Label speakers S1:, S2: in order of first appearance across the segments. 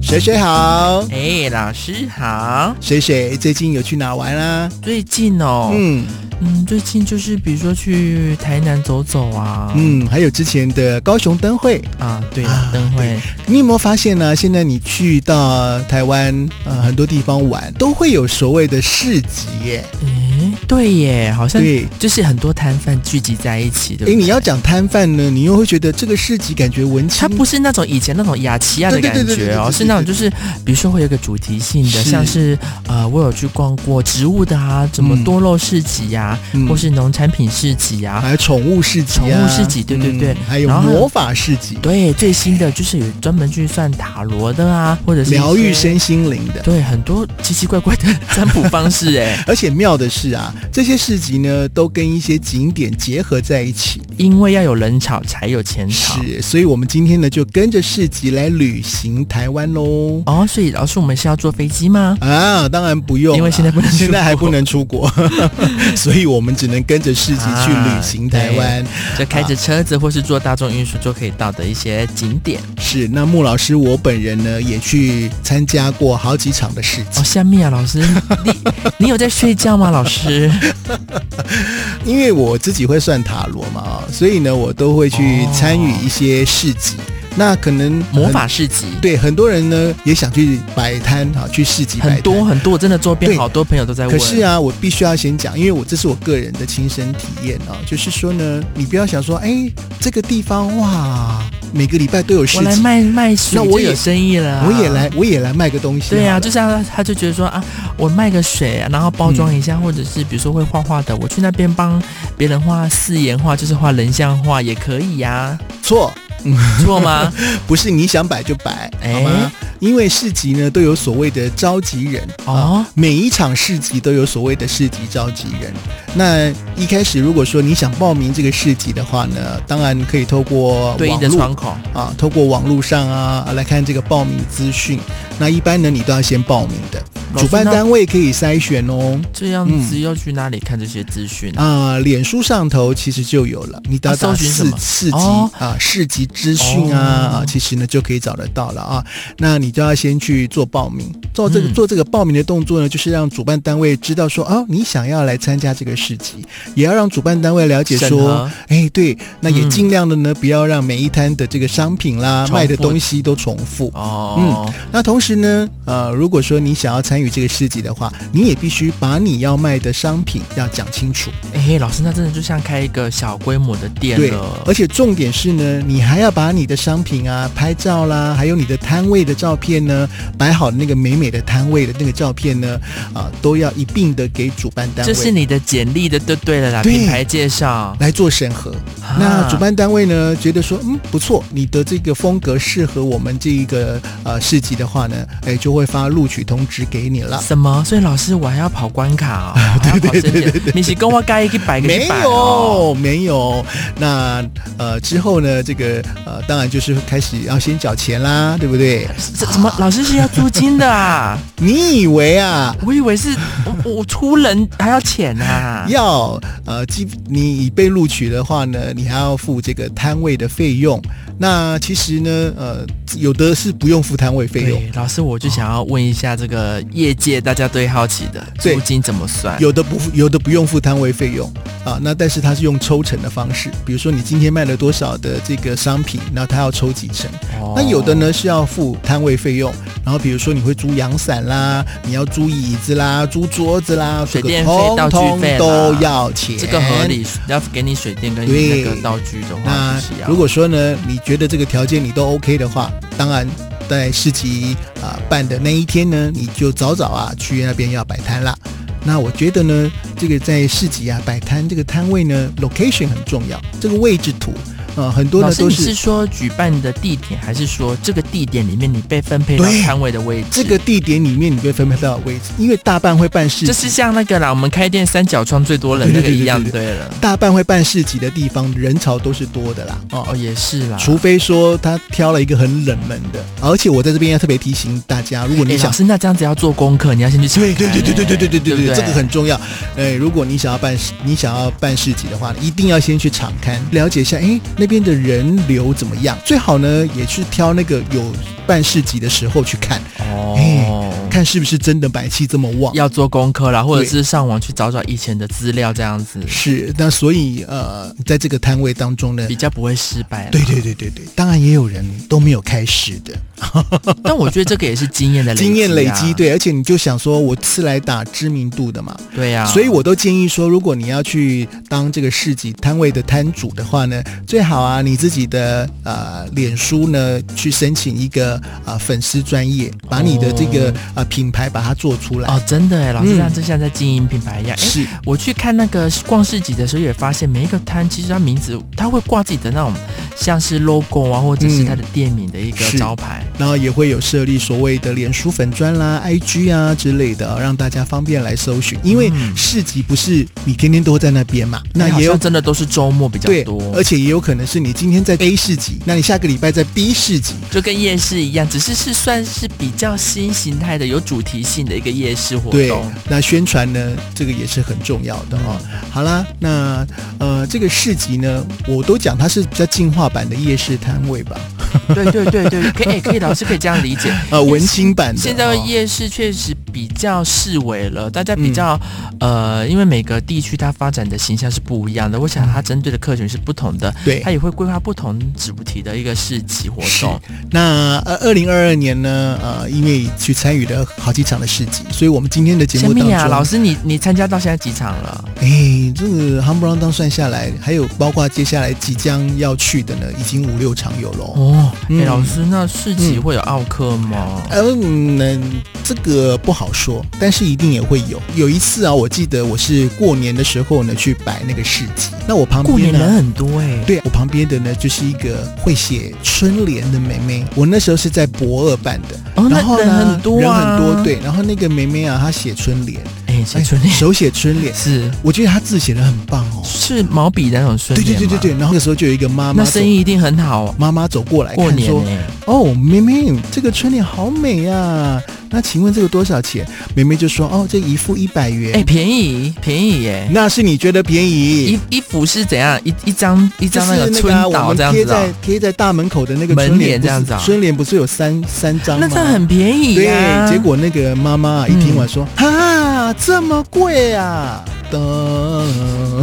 S1: 水水好，
S2: 哎，老师好。
S1: 水水最近有去哪玩啊？
S2: 最近哦，嗯
S1: 嗯
S2: 最近就是比如说去台南走走啊，
S1: 嗯，还有之前的高雄灯会，
S2: 啊，对
S1: 啊
S2: 啊，灯会，
S1: 你有没有发现呢？现在你去到台湾呃很多地方玩，都会有所谓的市集耶。
S2: 哎，对耶，好像
S1: 对
S2: 就是很多摊贩聚集在一起，对不
S1: 哎，
S2: 对？
S1: 你要讲摊贩呢，你又会觉得这个市集感觉文青
S2: 它，不是那种以前那种雅琪亚的
S1: 对对
S2: 感
S1: 对对对
S2: 觉
S1: 对对
S2: 哦，
S1: 对
S2: 是那种就是，比如说会有一个主题性的，
S1: 是
S2: 像是呃，我有去逛过植物的啊，什么
S1: 嗯
S2: 多肉市集呀、
S1: 嗯
S2: 或是农产品市集呀、
S1: 还有宠物市集、啊，
S2: 宠物市集对对对
S1: 还有
S2: 然后还有
S1: 魔法市集，
S2: 对，最新的就是有专门去算塔罗的啊，或者是一些
S1: 疗愈，身心灵的。
S2: 对，很多奇奇怪怪的 占卜方式哎，
S1: 而且妙的是啊，这些市集呢都跟一些景点结合在一起，
S2: 因为要有人吵才有钱吵。
S1: 是，所以我们今天呢就跟着市集来旅行台湾喽。
S2: 哦，所以老师，我们是要坐飞机吗？
S1: 啊，当然不用啦，
S2: 因为现在不能出国
S1: 现在还不能出国， 所以我们只能跟着市集去旅行台 湾。
S2: 就开
S1: 啊
S2: 着车子或是坐大众运输就可以到的一些景点。
S1: 是，那穆老师我本人呢也去参加过好几场的市集
S2: 哦，，下面啊，老师，你你有在睡觉吗？老师，
S1: 因为我自己会算塔罗嘛，啊所以呢我都会去
S2: 哦
S1: 参与一些市集。那可能
S2: 魔
S1: 很
S2: 法市集
S1: 对很多人呢也想去摆摊啊，去市集摆摊
S2: 很多很多，我真的周边
S1: 对
S2: 好多朋友都在
S1: 可
S2: 问。
S1: 是啊，我必须要先讲，因为我这是我个人的亲身体验啊，就是说呢，你不要想说，哎，这个地方哇，每个礼拜都有市
S2: 我来
S1: 集，
S2: 卖卖水，
S1: 那我
S2: 就
S1: 也
S2: 有生意了啊、
S1: 我也来，我也来卖个东西好了。
S2: 对啊，就是他他就觉得说啊，我卖个水、啊，然后包装一
S1: 嗯
S2: 下，或者是比如说会画画的，我去那边帮别人画四言画，就是画人像画也可以 呀、
S1: 错，
S2: 错吗？
S1: 不是你想摆就摆，
S2: 哎
S1: 好吗？因为市集呢都有所谓的召集人啊。
S2: 哦，
S1: 每一场市集都有所谓的市集召集人。那一开始如果说你想报名这个市集的话呢，当然可以透过
S2: 对应
S1: 网
S2: 的
S1: 络
S2: 窗口，
S1: 啊，透过网络上啊啊来看这个报名资讯。那一般呢，你都要先报名的，
S2: 老师
S1: 主办单位可以筛选哦。
S2: 这样子要去哪里看这些资讯啊？
S1: 啊，脸书上头其实就有了，你打
S2: 啊
S1: 打
S2: 搜寻什
S1: 市
S2: 么
S1: 市集
S2: 哦
S1: 啊、市集资讯啊、
S2: 哦
S1: 啊，其实呢就可以找得到了啊。那你就要先去做报名，做这个、
S2: 嗯
S1: 做这个报名的动作呢，就是让主办单位知道说哦，你想要来参加这个市集，也要让主办单位了解
S2: 审
S1: 说
S2: 核，
S1: 哎，对，那也
S2: 嗯
S1: 尽量的呢，不要让每一摊的这个商品啦、
S2: 重
S1: 卖的
S2: 复
S1: 东西都重复。
S2: 哦，
S1: 那同时呢，呃，如果说你想要参与这个市集的话，你也必须把你要卖的商品要讲清楚。
S2: 哎、老师，那真的就像开一个小规模的店
S1: 对，
S2: 了
S1: 而。且重点是呢，你还要把你的商品啊、拍照啦，还有你的摊位的照片呢，摆好那个美美的摊位的那个照片呢，啊，都要一并的给主办单
S2: 这是
S1: 位
S2: 你的简历的，对对了啦，
S1: 对
S2: 品牌介绍。
S1: 来做审核。那
S2: 啊
S1: 主办单位呢，觉得说，嗯，不错，你的这个风格适合我们这一个呃市集的话呢，哎，就会发录取通知给你了。
S2: 什么？所以老师，我还要跑关 卡哦，还要跑申请。你是啊跟我盖一百个
S1: 没
S2: 一百哦
S1: 有，没有。那呃，之后呢，这个呃，当然就是开始要先缴钱啦，对不对？
S2: 这怎
S1: 啊
S2: 么老师是要租金的 啊？
S1: 你以为啊，
S2: 我以为是我我出人还要钱啊。
S1: 要呃，基你已被录取的话呢，你还要付这个摊位的费用。那其实呢，呃，有的是不用付摊位费用，
S2: 对，老师，我就想要问一下这个业界大家最好奇的
S1: 对
S2: 租金怎么算？
S1: 有的不付有的不用付摊位费用啊。那但是它是用抽成的方式，比如说你今天卖了多少的这个商品，那它要抽几成。
S2: 哦
S1: 那有的？呢是要付摊位费用，然后比如说你会租阳伞啦，你要租椅子啦，租桌子啦，
S2: 水
S1: 这个
S2: 电费
S1: 通
S2: 道具
S1: 通
S2: 费啦
S1: 都要钱，
S2: 这个合。理，要给你水电跟
S1: 对
S2: 那个道具的话，
S1: 那
S2: 就是要
S1: 如果说呢，你觉得这个条件你都 OK 的话，当然在市集啊、办的那一天呢，你就早早啊去那边要摆摊啦。那我觉得呢，这个在市集啊摆摊这个摊位呢，location 很重要，这个位置图呃很多
S2: 老
S1: 呢
S2: 师，
S1: 都
S2: 你
S1: 是
S2: 是说举办的地点，还是说这个地点里面你被分配到
S1: 对
S2: 摊位的位置？
S1: 这个地点里面你被分配到的位置，因为大半会办市集
S2: 就，是像那个啦，我们开店三角窗最多人那个一样，
S1: 对
S2: 对了。
S1: 大半会办市集的地方人潮都是多的啦。
S2: 哦，也是啦。
S1: 除非说他挑了一个很冷门的，而且我在这边要特别提醒大家，如果你
S2: 哎
S1: 想
S2: 老师，那这样子要做功课，你要先去查看
S1: 对对对对对对对对对
S2: 对不
S1: 这个很重要。哎，如果你想要办市，你想要办市集的话，一定要先去场刊了解一下，哎，那边的人流怎么样。最好呢，也是挑那个有办市集的时候去看，
S2: 哦，
S1: 看是不是真的买气这么旺。
S2: 要做功课啦，或者是上网去找找以前的资料，这样子
S1: 是，那所以呃，在这个摊位当中呢
S2: 比，较不会失败啦。
S1: 对对对对对，当然也有人都没有开始的，
S2: 但我觉得这个也是经 验的累积啊
S1: 经验累积，，对，而且你就想说，我是来打知名度的嘛，
S2: 对啊呀、
S1: 所以我都建议说，如果你要去当这个市集摊位的摊主的话呢，最好啊，你自己的呃脸书呢去申请一个啊、呃粉丝专业，把你的这个
S2: 哦
S1: 啊、呃品牌把它做出来。
S2: 哦，真的哎，老师
S1: 嗯
S2: 像这像在经营品牌一样。哎、
S1: 是
S2: 我去看那个逛市集的时候，也发现每一个摊其实它名字，它会挂自己的那种像是 logo 啊，或者是它的店名的一个
S1: 嗯是
S2: 招牌。
S1: 然后也会有设立所谓的脸书粉砖啦、IG 啊之类的，让大家方便来搜寻。因为
S2: 嗯
S1: 市集不是你天天都在那边嘛，那
S2: 哎好
S1: 也有
S2: 像真的都是周末比较
S1: 对
S2: 多，，
S1: 而且也有可能是你今天在 A 市集，那你下个礼拜在 B 市集，
S2: 就跟夜市一样，只是是算是比较新形态的、有主题性的一个夜市活
S1: 对
S2: 动。，嗯
S1: 那宣传呢，这个也是很重要的哦。好啦，那呃，这个市集呢，我都讲它是比较进化版的夜市摊位吧，
S2: 对对对对，可以、哎可以，老师可以这样理解。
S1: 呃，文青版的。
S2: 现在
S1: 哦
S2: 夜市确实比较视为了，大家比较、
S1: 嗯
S2: 呃，因为每个地区它发展的形象是不一样的，我想它针对的客群是不同的，
S1: 对
S2: 它，也会规划不同主题的一个市集活
S1: 是
S2: 动。
S1: 那呃，二零二二年呢，呃，因为其参与了好几场的市集，所以我们今天的节
S2: 小
S1: 目当
S2: 米
S1: 中，
S2: 啊，老师你你参加到现在几场了？
S1: 哎，这个 h u m b r o n 当算下来，还有包括接下来即将要去的呢，已经五六场有喽。
S2: 哦，哎、
S1: 嗯
S2: 老师，那市集
S1: 嗯
S2: 会有奥克吗？
S1: 嗯，那这个不好说，但是一定也会有。有一次啊，我记得我是过年的时候呢，去摆那个市集，那我旁
S2: 过
S1: 边
S2: 年人
S1: 呢。
S2: 很多哎、
S1: 对我旁边的呢，就是一个会写春联的妹妹。我那时候是在博二办的，
S2: 哦，那
S1: 然后
S2: 人
S1: 呢，
S2: 很多、啊，
S1: 人很多，，对。然后那个妹妹啊，她写春联，
S2: 哎、写春联、
S1: 手写春联，
S2: 是
S1: 我觉得她字写的很棒哦。
S2: 是毛笔的那种春
S1: 对对对
S2: 联
S1: 对
S2: 吗
S1: 对。然后那个时候就有一个妈妈
S2: 那
S1: 走，
S2: 生意一定很好、哦。
S1: 妈妈走过来
S2: 过
S1: 看
S2: 年
S1: 说
S2: 呢、：“
S1: 哦，妹妹，这个春联好美呀、那请问这个多少钱？妹妹就说：“哦，这一副一百元。
S2: 哎、便宜便宜耶！
S1: 那是你觉得便宜
S2: 衣？衣服是怎样一一张一
S1: 就
S2: 张
S1: 是
S2: 那个
S1: 那个
S2: 春
S1: 啊我
S2: 岛
S1: 们
S2: 这样
S1: 贴
S2: 子啊、
S1: 在贴在大门口的那个
S2: 门
S1: 春
S2: 帘
S1: 联，不
S2: 这样
S1: 是
S2: 子啊
S1: 春联不是有三三张吗？
S2: 那这很便宜啊
S1: 对
S2: 呀、，
S1: 结果那个妈妈一听完 说：“啊，这么贵啊！”的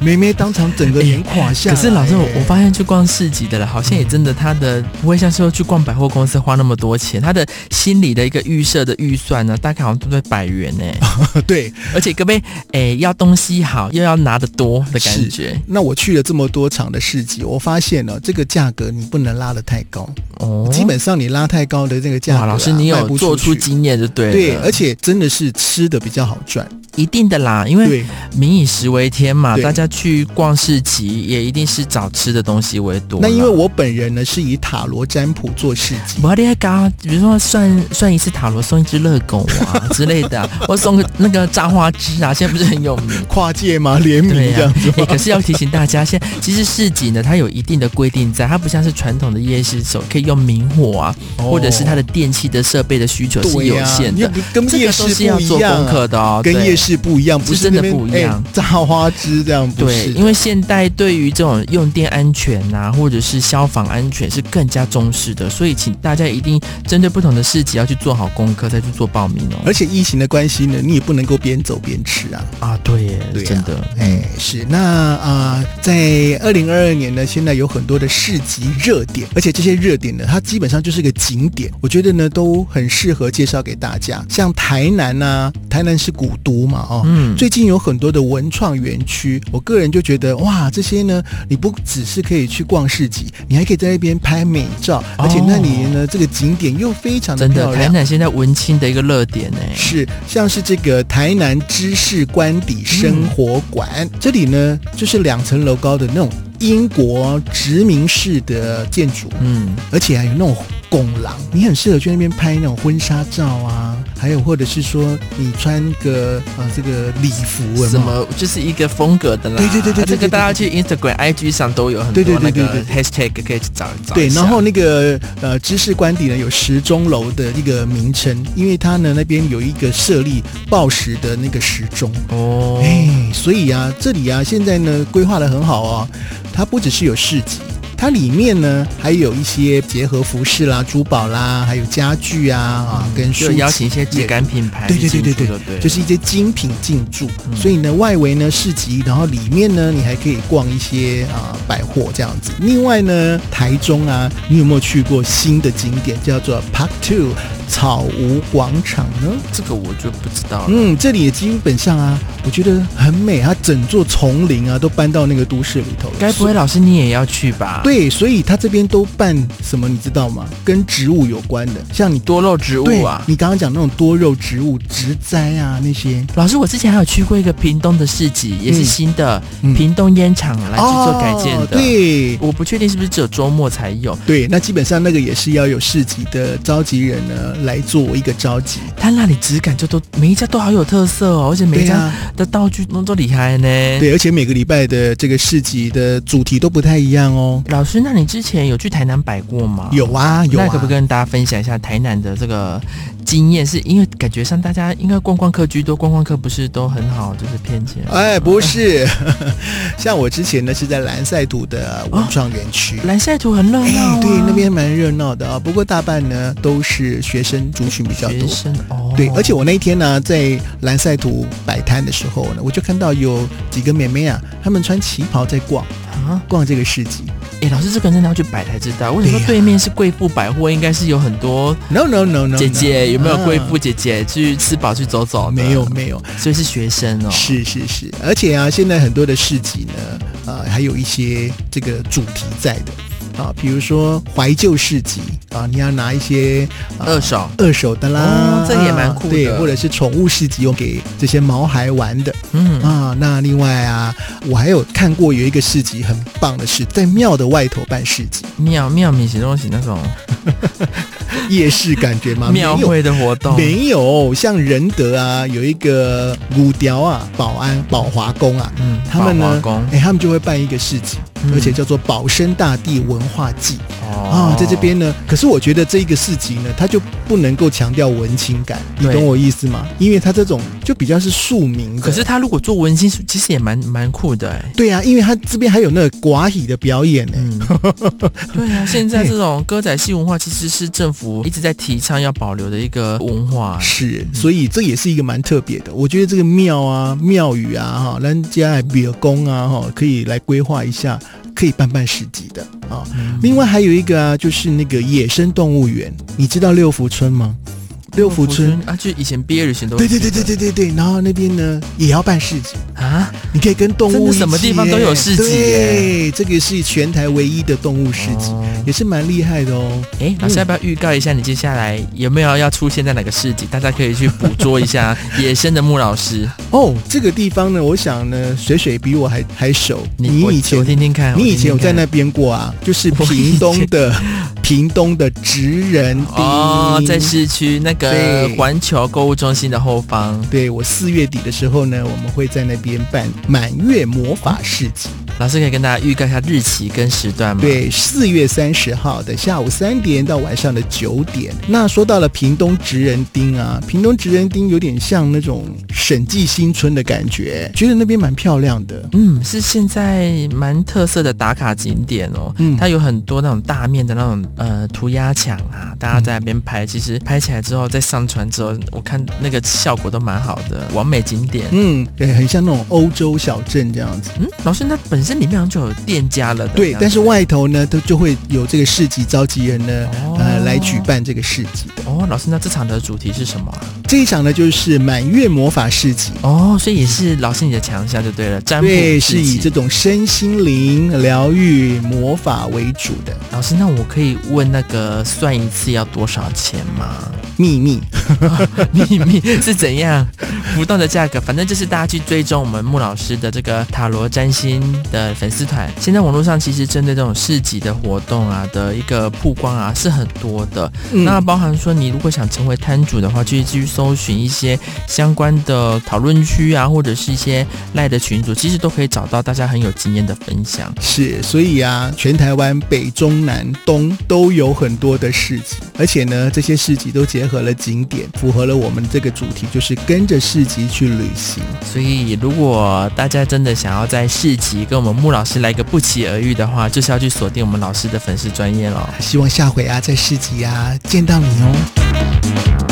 S1: 妹妹当场整个脸垮下
S2: 哎可
S1: 来。
S2: 是老师，我我发现去逛市集的了，好像也真的他的不会像说去逛百货公司花那么多钱，他的心里的一个预设的预算呢，大概好像都在百元 呢、
S1: 发对，
S2: 而且各位哎要东西好又要拿得多的
S1: 是
S2: 感觉
S1: 那我去了这么多场的市集，我发现呢，这个价格你不能拉得太高。
S2: 哦。
S1: 基本上你拉太高的这个价格、
S2: 哇，
S1: 啊，
S2: 老师你
S1: 卖
S2: 有
S1: 不
S2: 做
S1: 出
S2: 出
S1: 去
S2: 经验就对了，
S1: 对，而且真的是吃的比较好赚，
S2: 一定的啦，因为
S1: 对
S2: 民以食为天嘛，
S1: 对
S2: 大家去逛市集也一定是找吃的东西为多啦。
S1: 那因为我本人呢是以塔罗占卜做市集，
S2: 我厉搞，比如说算算一次塔罗送一只热狗啊之类 的啊、或送个那个炸花枝啊，现在不是很有名。
S1: 跨界嘛联名
S2: 对
S1: 这
S2: 呀、
S1: 样子
S2: 哎
S1: 嘛。
S2: 可是要提醒大家，现在其实市集呢，它有一定的规定在，它不像是传统的夜市手可以用明火啊，
S1: 哦
S2: 或者是它的电器的设备的需求是
S1: 对
S2: 有
S1: 呀
S2: 限
S1: 因
S2: 的，
S1: 为跟
S2: 这
S1: 夜
S2: 个都
S1: 市
S2: 是要
S1: 不一
S2: 做功
S1: 样啊、
S2: 课的哦，
S1: 跟
S2: 对
S1: 夜市不一样，不
S2: 是
S1: 是
S2: 真的
S1: 那边
S2: 不一样
S1: 哎、炸花枝这样，不
S2: 对，
S1: 是
S2: 因为现代对于这种用电安全呐、或者是消防安全是更加重视的，所以请大家一定针对不同的市集要去做好功课，再去做报名哦。
S1: 而且疫情的关系呢，你也不能够边走边吃啊。
S2: 啊，对耶，
S1: 对啊
S2: 真的，
S1: 哎，是那啊、呃在二零二二年呢，现在有很多的市集热点，而且这些热点呢，它基本上就是个景点，我觉得呢都很适合介绍给大家。像台南呐、台南是古都嘛，哦。
S2: 嗯，
S1: 最近有很多的文创园区，我个人就觉得哇，这些呢，你不只是可以去逛市集，你还可以在那边拍美照，而且那里呢，这个景点又非常的
S2: 哦真
S1: 漂
S2: 的，台
S1: 亮。
S2: 南现在文青的一个热点呢。
S1: 是，像是这个台南知识官邸生活馆，这里呢就是两层楼高的那种英国殖民式的建筑，
S2: 嗯，
S1: 而且还有那种拱廊，你很适合去那边拍那种婚纱照啊，还有或者是说你穿个呃这个礼服有没有
S2: 什么就是一个风格的啦。啊
S1: 对对对对对
S2: 这个
S1: 对
S2: 大家去 Instagram、IG 上都有很
S1: 对对
S2: 多
S1: 对
S2: 那
S1: 对
S2: 个
S1: 对
S2: hashtag 可以去找一找一下。
S1: 对，然后那个呃知识官邸呢有时钟楼的一个名称，因为它呢那边有一个设立报时的那个时钟，
S2: 哦，
S1: 哎，所以啊，这里啊，现在呢规划的很好哦，它不只是有市集，它里面呢还有一些结合服饰啦、珠宝啦，还有家具啊啊，跟书
S2: 就邀请一些质
S1: 也
S2: 感品牌
S1: 对对对
S2: 进
S1: 对
S2: 驻
S1: 对
S2: 就对了，
S1: 就是一些精品进驻，
S2: 嗯
S1: 所以呢，外围呢市集，然后里面呢，你还可以逛一些啊、百货这样子。另外呢，台中啊，你有没有去过新的景点叫做 Park Two 草屋广场呢？
S2: 这个我就不知道了。
S1: 嗯，这里也基本上啊，我觉得很美，它整座丛林啊都搬到那个都市里头了。
S2: 该不会老师你也要去吧？，
S1: 对，所以它这边都办什么，你知道吗？跟植物有关的，像你。
S2: 多肉植
S1: 对
S2: 物啊，。
S1: 你刚刚讲那种多肉植物、植栽啊那些，
S2: 老师，我之前还有去过一个屏东的市集，也是新的、
S1: 嗯
S2: 屏东烟厂来去做改建
S1: 哦
S2: 的。，
S1: 对，
S2: 我不确定是不是只有周末才有。
S1: 对，那基本上那个也是要有市集的召集人呢来做一个召集。
S2: 它那里质感就都每一家都好有特色哦，而且每一
S1: 对
S2: 家
S1: 啊，
S2: 的道具弄都厉害呢。对。
S1: 对，而且每个礼拜的这个市集的主题都不太一样哦。
S2: 老师，那你之前有去台南摆过吗？
S1: 有啊，有啊。
S2: 哦那可不可以跟大家分享一下台南的这个经验？是因为感觉上大家应该观光客居多，观光客不是都很好，就是骗钱。
S1: 哎，不是， 像我之前呢是在蓝赛土的文创园区。
S2: 蓝晒图哦很热闹、啊
S1: 哎，对，那边蛮热闹的啊、不过大半呢都是学生族群比较
S2: 学
S1: 多。
S2: 生哦，
S1: 对，而且我那一天呢、在蓝赛图摆摊的时候呢，我就看到有几个妹妹啊，她们穿旗袍在逛
S2: 啊，
S1: 逛这个市集。
S2: 哎，老师这个真的要去摆才知道。我想说
S1: 对呀
S2: 对面是贵妇百货，应该是有很多
S1: No no no no，, no
S2: 姐姐，有没有贵妇
S1: 啊
S2: 姐姐去吃饱去走走？
S1: 没有，没有，
S2: 所以是学生哦。
S1: 嗯是是是，而且啊，现在很多的市集呢，呃，还有一些这个主题在的啊，比如说怀旧市集啊，你要拿一些、啊
S2: 二手
S1: 二手的啦，啊
S2: 哦这也蛮酷的
S1: 对，或者是宠物市集，用给这些毛孩玩的
S2: 嗯，
S1: 啊。那另外啊，我还有看过有一个市集很棒的是，在庙的外头办市集，
S2: 庙庙米奇东西那种
S1: 夜市感觉吗？
S2: 庙
S1: 啊没有
S2: 会的活动，
S1: 没有，像仁德啊，有一个古雕啊，保安保华宫啊，
S2: 嗯，
S1: 他们
S2: 法华
S1: 呢
S2: 宫，
S1: 哎、他们就会办一个市集，
S2: 嗯
S1: 而且叫做保生大地文化祭
S2: 哦
S1: 啊、在这边呢。可是我觉得这一个市集呢，它就不能够强调文青感，你
S2: 对
S1: 懂我意思吗？因为它这种就比较是庶民的。
S2: 可是他如果做文青，其实也蛮蛮酷的哎、
S1: 对啊，因为它这边还有那个寡喜的表演呢、
S2: 嗯，对啊，现在这种歌仔戏文化其实是政府一直在提倡要保留的一个文化。
S1: 是，
S2: 嗯
S1: 所以这也是一个蛮特别的。我觉得这个庙啊、庙宇啊、哈，咱家的比尔宫啊，哈，可以来规划一下，可以办办市集的啊。
S2: 嗯
S1: 另外还有一个啊，就是那个野生动物园，你知道六福村吗？六福村，
S2: 啊，就以前毕业旅行都会
S1: 对对
S2: 去
S1: 对对对对对，然后那边呢也要办市集，
S2: 的啊，
S1: 你可以跟动
S2: 真
S1: 物
S2: 的
S1: 一起
S2: 什么地方都有市集耶
S1: 对，这个是全台唯一的动物市集，
S2: 哦
S1: 也是蛮厉害的哦。
S2: 哎，老
S1: 嗯
S2: 师要不要预告一下你接下来有没有要出现在哪个市集？大家可以去捕捉一下 野生的穆老师。
S1: 哦，这个地方呢，我想呢，水水比我还还熟。你
S2: 我
S1: 以
S2: 我
S1: 前
S2: 听听看，
S1: 你以
S2: 我听听
S1: 前有在
S2: 看
S1: 那边过啊？就是
S2: 我以
S1: 屏东的屏东的职人町
S2: 哦，在市区那个
S1: 对
S2: 环球购物中心的后方。
S1: 对我四月底的时候呢，我们会在那边办满月魔法市集。
S2: 老师可以跟大家预告一下日期跟时段吗？
S1: 对，四月三十号的下午三点到晚上的九点。那说到了屏东职人町啊，屏东职人町有点像那种审计新村的感觉，觉得那边蛮漂亮的。
S2: 嗯，是现在蛮特色的打卡景点哦。
S1: 嗯
S2: 它有很多那种大面的那种呃涂鸦墙啊，大家在那边拍，其实拍起来之后再上传之后，我看那个效果都蛮好的，完美景点。
S1: 嗯，对，很像那种欧洲小镇这样子。
S2: 嗯，老师，那本身里面好像就有店家了的样子。
S1: 对，但是外头呢，都就会有这个市集召集人呢，
S2: 哦
S1: 呃，来举办这个市集的。
S2: 哦，老师，那这场的主题是什么啊？
S1: 这一场呢，就是满月魔法市集。
S2: 哦，所以也是老师你的强项就对了，占卜
S1: 对，
S2: 自
S1: 是以
S2: 己
S1: 这种身心灵疗愈魔法为主的
S2: 老师，那我可以问那个算一次要多少钱吗？
S1: 秘密。
S2: 秘密是怎样浮动的价格，反正就是大家去追踪我们穆老师的这个塔罗占星的粉丝团。现在网络上其实针对这种市集的活动啊的一个曝光啊是很多的。
S1: 嗯
S2: 那包含说你如果想成为摊主的话，就去搜寻一些相关的讨论区啊，或者是一些赖的群组，其实都可以找到大家很有经验的分享。
S1: 是，所以啊，全台湾北、中、南、东都有很多的市集，而且呢，这些市集都结合了景点，符合了我们这个主题，就是跟着市集去旅行。
S2: 所以，如果大家真的想要在市集跟我们穆老师来个不期而遇的话，就是要去锁定我们老师的粉丝专业喽。
S1: 希望下回啊，在市集啊见到你哦。